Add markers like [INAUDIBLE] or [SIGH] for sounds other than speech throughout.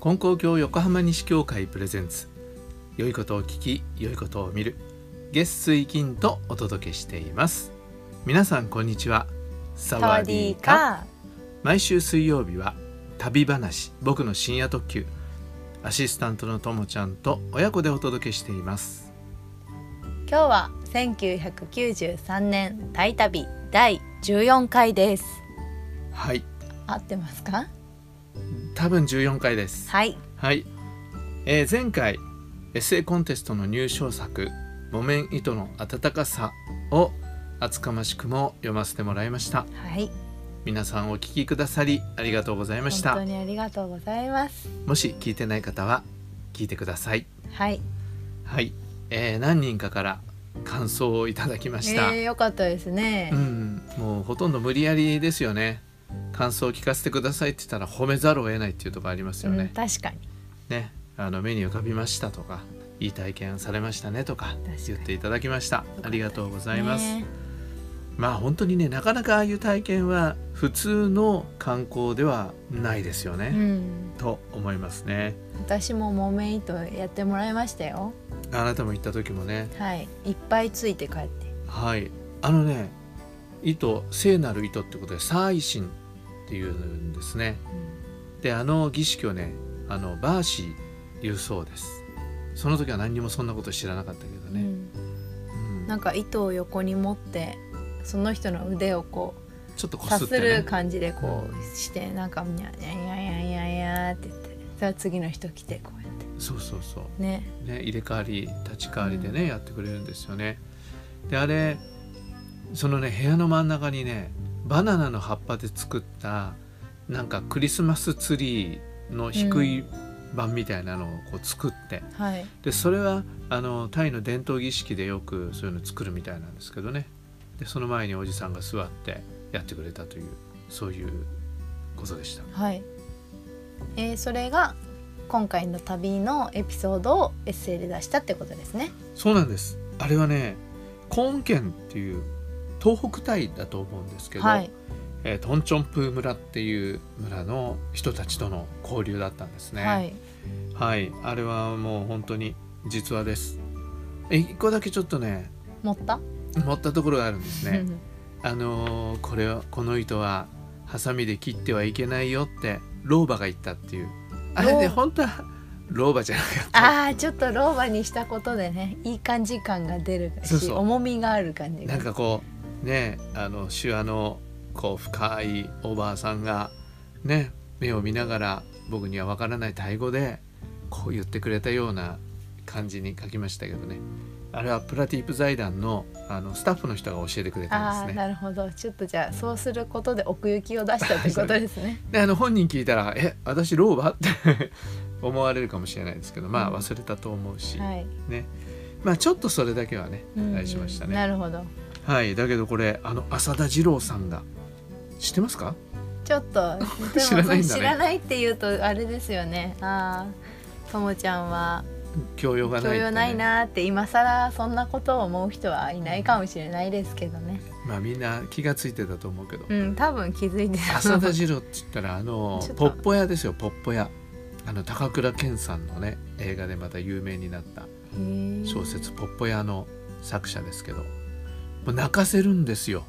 金光教横浜西教会プレゼンツ良いことを聞き良いことを見る月水金とお届けしています皆さんこんにちはササワディーカ毎週水曜日は旅話僕の深夜特急アシスタントのともちゃんと親子でお届けしています今日は1993年タイ旅第14回ですはい合ってますか多分14回ですはいはい、えー前回エッセイコンテストの入賞作「木綿糸の温かさ」を厚かましくも読ませてもらいましたはい皆さんお聞きくださりありがとうございまし本た当にありがとうございますもし聞いてない方は聞いてくださいはい、はい、えー何人かから感想をいただきまえした、ー、よかったですね、うんもうほとんど無理やりですよね感想を聞かせてくださいって言ったら褒めざるを得ないっていうところありますようんね、確かにね、あの目に浮かびましたとかいい体験されましたねとかかに言っていただきましたたですありがとうございます、ねまあ本当にねなかなかああいう体験は普通の観光ではないですようね、ん、と思いますね私も木綿糸やってもらいましたよあなたも行った時もねはい、いっぱいついて帰ってはいあのね糸聖なる糸ってことでサーイシンっていうんですねであの儀式をねあのバーシー言うそうですその時は何にもそんなこと知らなかったけどうね、んうんなんか糸を横に持ってその人の腕をこちょっとうこさすっすてるね感じでこうしてなんかにゃにゃにゃにゃにゃって言ってそれは次の人来てこうやってそうそうそうねね、入れ替わり立ち替わりでね、やってくれるんですよね。であれそのね部屋の真ん中にねバナナの葉っぱで作ったなんかクリスマスツリーの低い版みたいなのをこう作って、はいでそれはあのタイの伝統儀式でよくそういうの作るみたいなんですけどねでその前におじさんが座ってやってくれたというそういうことでした。はい、えーそれが今回の旅のエピソードをエッセイで出したってことですねそうなんですあれはねコーン県っていう東北タイだと思うんですけど、はいえートンチョンプー村っていう村の人たちとの交流だったんですね。はいはい、あれはもう本当に実話です。え一個だけちょっとね持った、持ったところがあるんですね。うんあのーこれはこの糸はハサミで切ってはいけないよって老婆が言ったっていうあれ老ね婆本当は老婆じゃなかった。 [LAUGHS] ああちょっと老婆にしたことでねいい感じ感が出るしそうそう重みがある感じがなんかこうねあの手話のこう深いおばあさんがね目を見ながら僕にはわからないタイ語でこう言ってくれたような感じに書きましたけどねあれはプラティープ財団のあのスタッフの人が教えてくれたあんあですね。なるほどちょっとじゃあそうすることで奥行きを出したということですねであの本人聞いたら「え私老婆?」って [LAUGHS] 思われるかもしれないですけどまあ忘れたと思うし、はい、ねまあちょっとそれだけはねうん大しましたね。なるほどはいだけどこれあの浅田二郎さんが知ってますかちょっとで [LAUGHS] 知らないんだね知らないっていうとあれですよねああともちゃんは教養がない教ってね、養ないなーって今更そんなことを思う人はいないかもしれないですけどねまあみんな気がついてたと思うけど、うん多分気づいてた浅田次郎って言ったらあの [LAUGHS] ちょっポとッポ屋ですよポッポ屋あの高倉健さんのね映画でまた有名になった小説「ポッポ屋」の作者ですけどもう泣かせるんですよ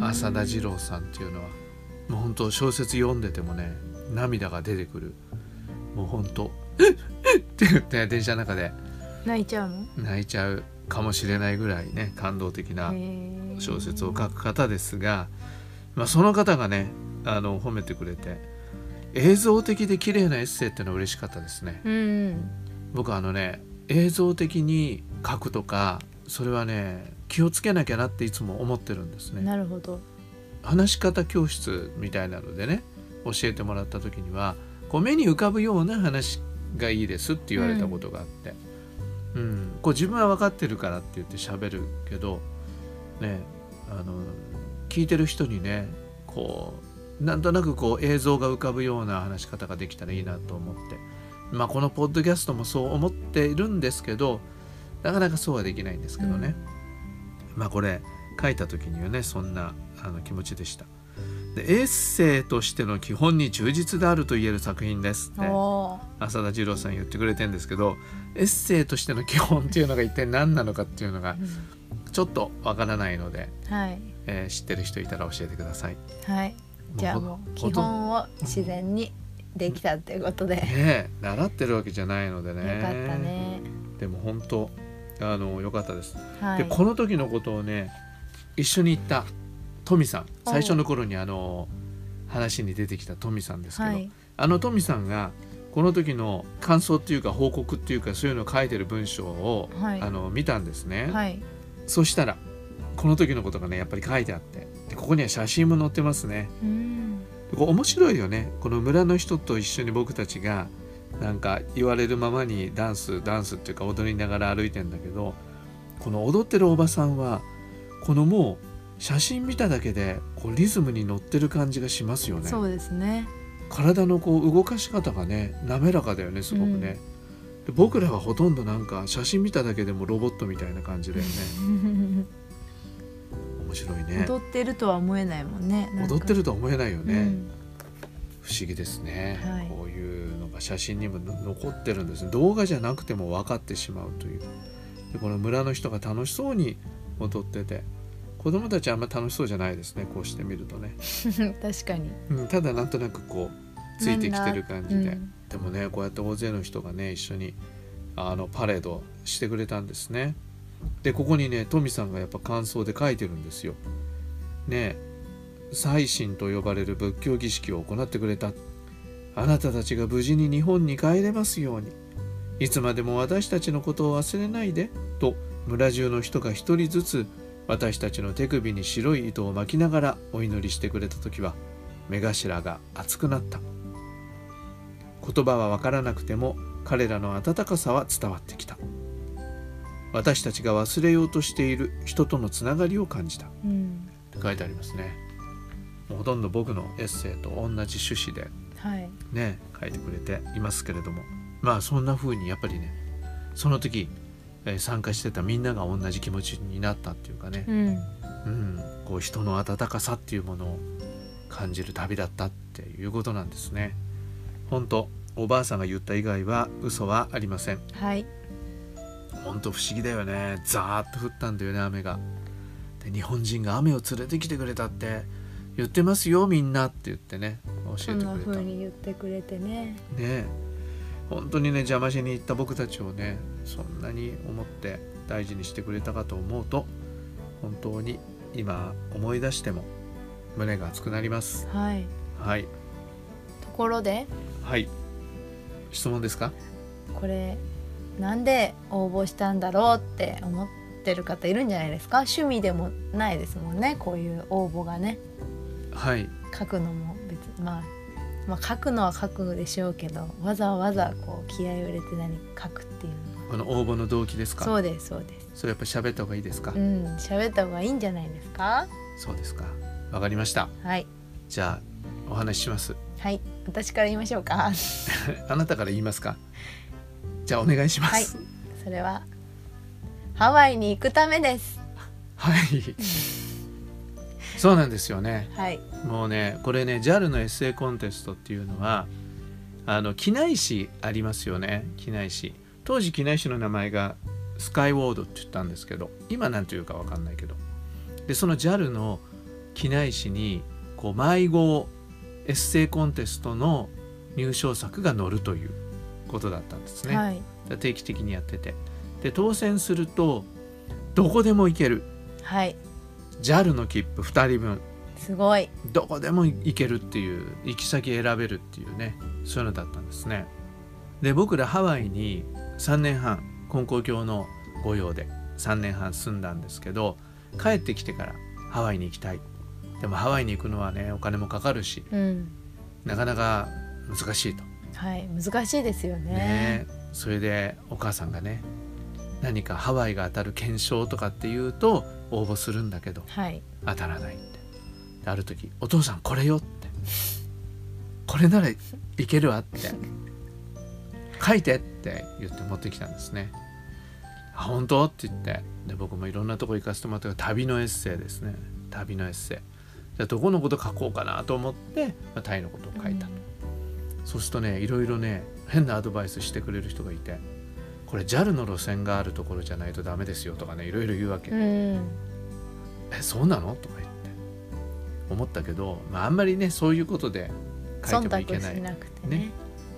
浅田次郎郎さんっていうのはもう本当小説読んでてもね涙が出てくるもう本当えっえっって言って電車の中で泣いちゃうの泣いちゃうかもしれないぐらいね感動的なへー小説を書く方ですが、まあ、その方がねあの褒めてくれて映像的で綺麗なエッセイっていうのは嬉しかったですねうんうん僕あのね映像的に書くとかそれはね気をつけなきゃなっていつも思ってるんですねなるほど話し方教室みたいなのでね教えてもらった時にはこう目に浮かぶような話がいいですって言われたことがあって、うんこう自分は分かってるからって言って喋るけどねあの聞いてる人にねこうなんとなくこう映像が浮かぶような話し方ができたらいいなと思って、まあ、このポッドキャストもそう思っているんですけどなかなかそうはできないんですけどね、まあこれ書いた時にはねそんなあの気持ちでしたでエッセイとしての基本に忠実であると言える作品ですっておー浅田二郎さん言ってくれてるんですけどエッセイとしての基本っていうのが一体何なのかっていうのがうんちょっとわからないので、はいえー知ってる人いたら教えてください。はいじゃあもうほ基本を自然にできたっていうことで、ねえ習ってるわけじゃないのでねよかったねでも本当あの良かったです、はでいこの時のことをね一緒に行ったトミさん最初の頃にあの話に出てきたトミさんですけど、はいあのトミさんがこの時の感想っていうか報告っていうかそういうのを書いてる文章を、はいあの見たんですね、はいそしたらこの時のことがねやっぱり書いてあってでここには写真も載ってますねうんでこう面白いよねこの村の人と一緒に僕たちがなんか言われるままにダンスダンスっていうか踊りながら歩いてんだけどこの踊ってるおばさんはこのもう写真見ただけでこうリズムに乗ってる感じがしますよねそうですね体のこう動かし方がね滑らかだよねすごくね、で僕らはほとんどなんか写真見ただけでもロボットみたいな感じだよね面白いね踊ってるとは思えないもんねなんか踊ってるとは思えないよね、うん不思議ですね、はいこういうのが写真にもの残ってるんですね動画じゃなくても分かってしまうというでこの村の人が楽しそうに踊ってて子供たちはあんま楽しそうじゃないですねこうしてみるとね、 [LAUGHS] 確かにうん、ただなんとなくこうついてきてる感じで、うんでもねこうやって大勢の人がね一緒にあのパレードしてくれたんですねでここにねトミさんがやっぱ感想で書いてるんですよねえ祭神と呼ばれる仏教儀式を行ってくれたあなたたちが無事に日本に帰れますようにいつまでも私たちのことを忘れないでと村中の人が一人ずつ私たちの手首に白い糸を巻きながらお祈りしてくれた時は目頭が熱くなった言葉は分からなくても彼らの温かさは伝わってきた私たちが忘れようとしている人とのつながりを感じたうん書いてありますねもうほとんど僕のエッセイと同じ趣旨ではいね書いてくれていますけれどもまあそんな風にやっぱりねその時、えー参加してたみんなが同じ気持ちになったっていうかねう、んうん、こう人の温かさっていうものを感じる旅だったっていうことなんですね。本当おばあさんが言った以外は嘘はありません。はい本当不思議だよね。ザーッと降ったんだよね雨が。で日本人が雨を連れてきてくれたって言ってますよみんなって言ってね教そえんてなくれた。風ねに言ってくれてねえ本当にね邪魔しに行った僕たちをねそんなに思って大事にしてくれたかと思うと本当に今思い出しても胸が熱くなります。はいはい、ところではい。質問ですか。これなんで応募したんだろうって思ってる方いるんじゃないですか趣味でもないですもんねこういう応募がねはい、書くのも別にまあまあ書くのは書くでしょうけどわざわざこう気合を入れて何か書くっていうのこの応募の動機ですはか。そうですそうですそれやっぱ喋った方がいいですか。うん喋った方がいいんじゃないですかそうですか。わかりました。はいじゃあお話しします。はい私から言いましょうかあなたから言いますか。じゃあお願いしまはいす。それはハワイに行くためですはい。そうなんですよね。はいもうね、これね、JAL のエッセイコンテストっていうのは、あの機内誌ありますよね。機内誌。当時機内誌の名前がスカイウォードって言ったんですけど、今なんていうかわかんないけど。で、その JAL の機内誌にこう迷子エッセイコンテストの入賞作が載るということだったんですね。はい定期的にやっててで当選するとどこでも行けるはい JAL の切符2人分すごいどこでも行けるっていう行き先選べるっていうねそういうのだったんですねで僕らハワイに3年半根高教の御用で3年半住んだんですけど帰ってきてからハワイに行きたいでもハワイに行くのはねお金もかかるしうんなかなか難しいとはい難しいですよねねえそれでお母さんがね何かハワイが当たる検証とかっていうと応募するんだけどはい当たらないってである時「お父さんこれよ」って「これならいけるわ」って「書いて」って言って持ってきたんですね。あ本当って言ってで僕もいろんなとこ行かせてもらったけど旅のエッセイですね旅のエッセイじゃあどこのこと書こうかなと思って、まあ、タイのことを書いた、そうするとねいろいろね変なアドバイスしてくれる人がいてこれ JAL の路線があるところじゃないとダメですよとかねいろいろ言うわけ、うんえそうなのとか言って思ったけど、まあ、あんまりねそういうことで書いてもい忖け度しないなくてねね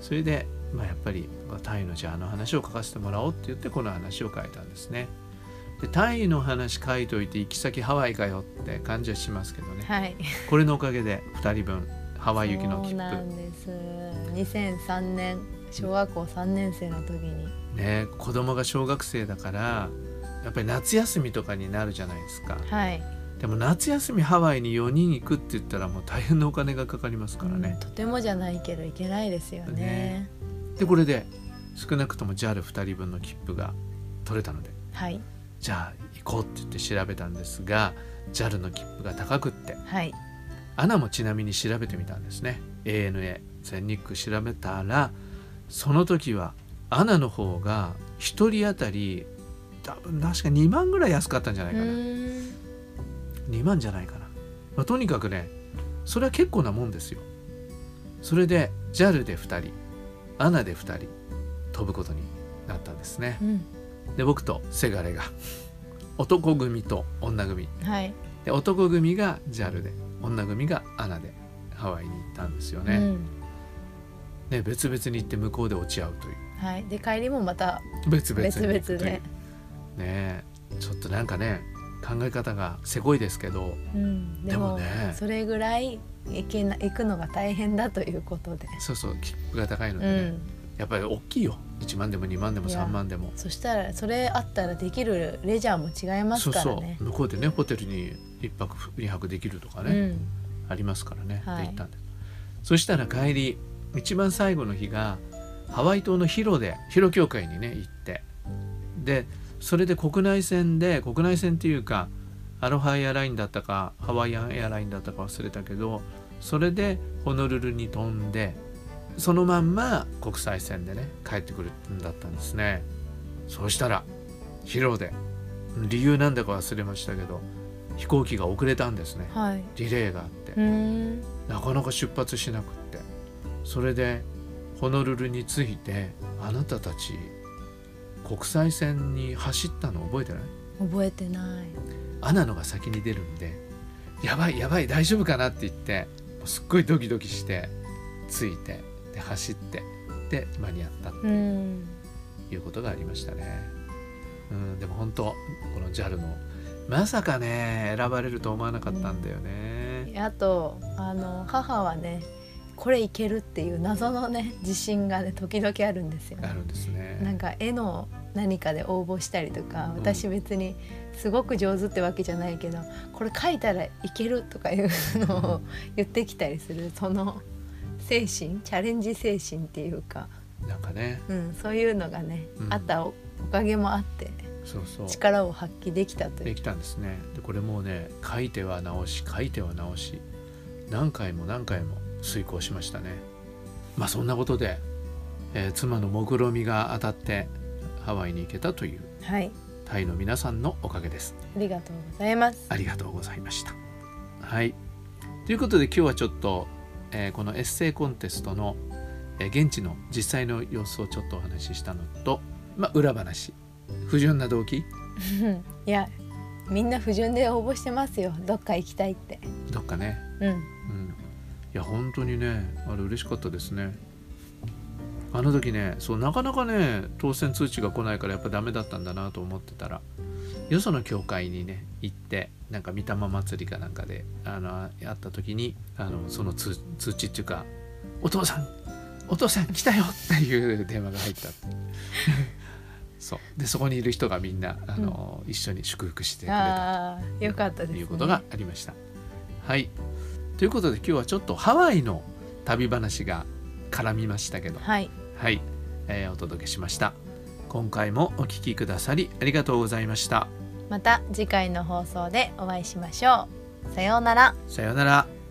それで、まあ、やっぱりタイのじゃああの話を書かせてもらおうって言ってこの話を書いたんですねでタイの話書いといて行き先ハワイかよって感じはしますけど [LAUGHS] ねはいこれのおかげで2人分ハワイ行きのそ切うな符んです2003年小学校3年生の時にね子供が小学生だからやっぱり夏休みとかになるじゃないですかはい、でも夏休みハワイに4人行くって言ったらもう大変なお金がかかりますからうんね、とてもじゃないけどいけないですよねでこれで少なくとも JAL2 人分の切符が取れたのではいじゃあ行こうって言って調べたんですが JAL の切符が高くってはいアナもちなみに調べてみたんですね ANA 全日空調べたらその時はアナの方が1人当たり多分確か2万ぐらい安かったんじゃなういかな、ーん2万じゃないかな、まあ、とにかくねそれは結構なもんですよそれで JAL で2人アナで2人飛ぶことになったんですねうんで僕とせがれが [LAUGHS] 男組と女組はいで男組が JAL で女組がアナでハワイに行ったんですよね、うんで別々に行って向こうで落ち合うというはい、で帰りもまた別々に別行くという々でね、えちょっとなんかね考え方がせこいですけどうん、でもでもねそれぐらい行けな行くのが大変だということで、そうそう切符が高いのうで、ねん、やっぱり大きいよ1万でも2万でもいや3万でもそしたらそれあったらできるレジャーも違いますそうからそねう向こうでねホテルに1泊2泊できるとかね、うんありますからね、はいで行ったんでそしたら帰り一番最後の日がハワイ島のヒロでヒロ教会にね行ってでそれで国内線で国内線っていうかアロハエアラインだったかハワイアンエアラインだったか忘れたけどそれでホノルルに飛んでそのまんま国際線でね帰ってくるんだったんですねそうしたらヒロで理由なんだか忘れましたけど飛行機が遅れたんですねはいリレーがあってうーんなかなか出発しなくってそれでホノルルに着いてあなたたち国際線に走ったの覚えてない覚えてないアナのが先に出るんでやばいやばい大丈夫かなって言ってもうすっごいドキドキして着いてで走ってで間に合ったとうんいうことがありましたね。うん、でも本当この JAL のまさかね選ばれると思わなかったんだよね。あとあの母はねこれいけるっていう謎のね自信がね時々あるんですよ、あるんですね。なんか絵の何かで応募したりとか私別にすごく上手ってわけじゃないけど、これ描いたらいけるとかいうのを言ってきたりするその精神チャレンジ精神っていうか、なんかねうん、そういうのがね、うんあったおおかげもあってそうそう力を発揮できたといでう。きたんですねでこれもうね書いては直し書いては直し何回も何回も遂行しましたねまあそんなことで、えー妻の目論みが当たってハワイに行けたというはいタイの皆さんのおかげですありがとうございます。ありがとうございましたはいということで今日はちょっと、えーこのエッセイコンテストの、えー現地の実際の様子をちょっとお話ししたのと、まあ、裏話不純な動機うん [LAUGHS] いやみんな不純で応募してますよどっか行きたいってどっかねうんうん、いや本当にねあれ嬉しかったですねあの時ねそうなかなかね当選通知が来ないからやっぱダメだったんだなと思ってたらよその教会にね行ってなんか御霊祭りかなんかであの会った時にあのその通通知っていうか「お父さんお父さん来たよ!」っていう電話が入ったってそうでそこにいる人がみんなあの、一緒に祝福してくれたああよかったですとねいうことがありました。はい。ということで今日はちょっとハワイの旅話が絡みましたけど、はいはい、えーお届けしました。今回もお聞きくださりありがとうございました。また次回の放送でお会いしましょうさようならさようなら。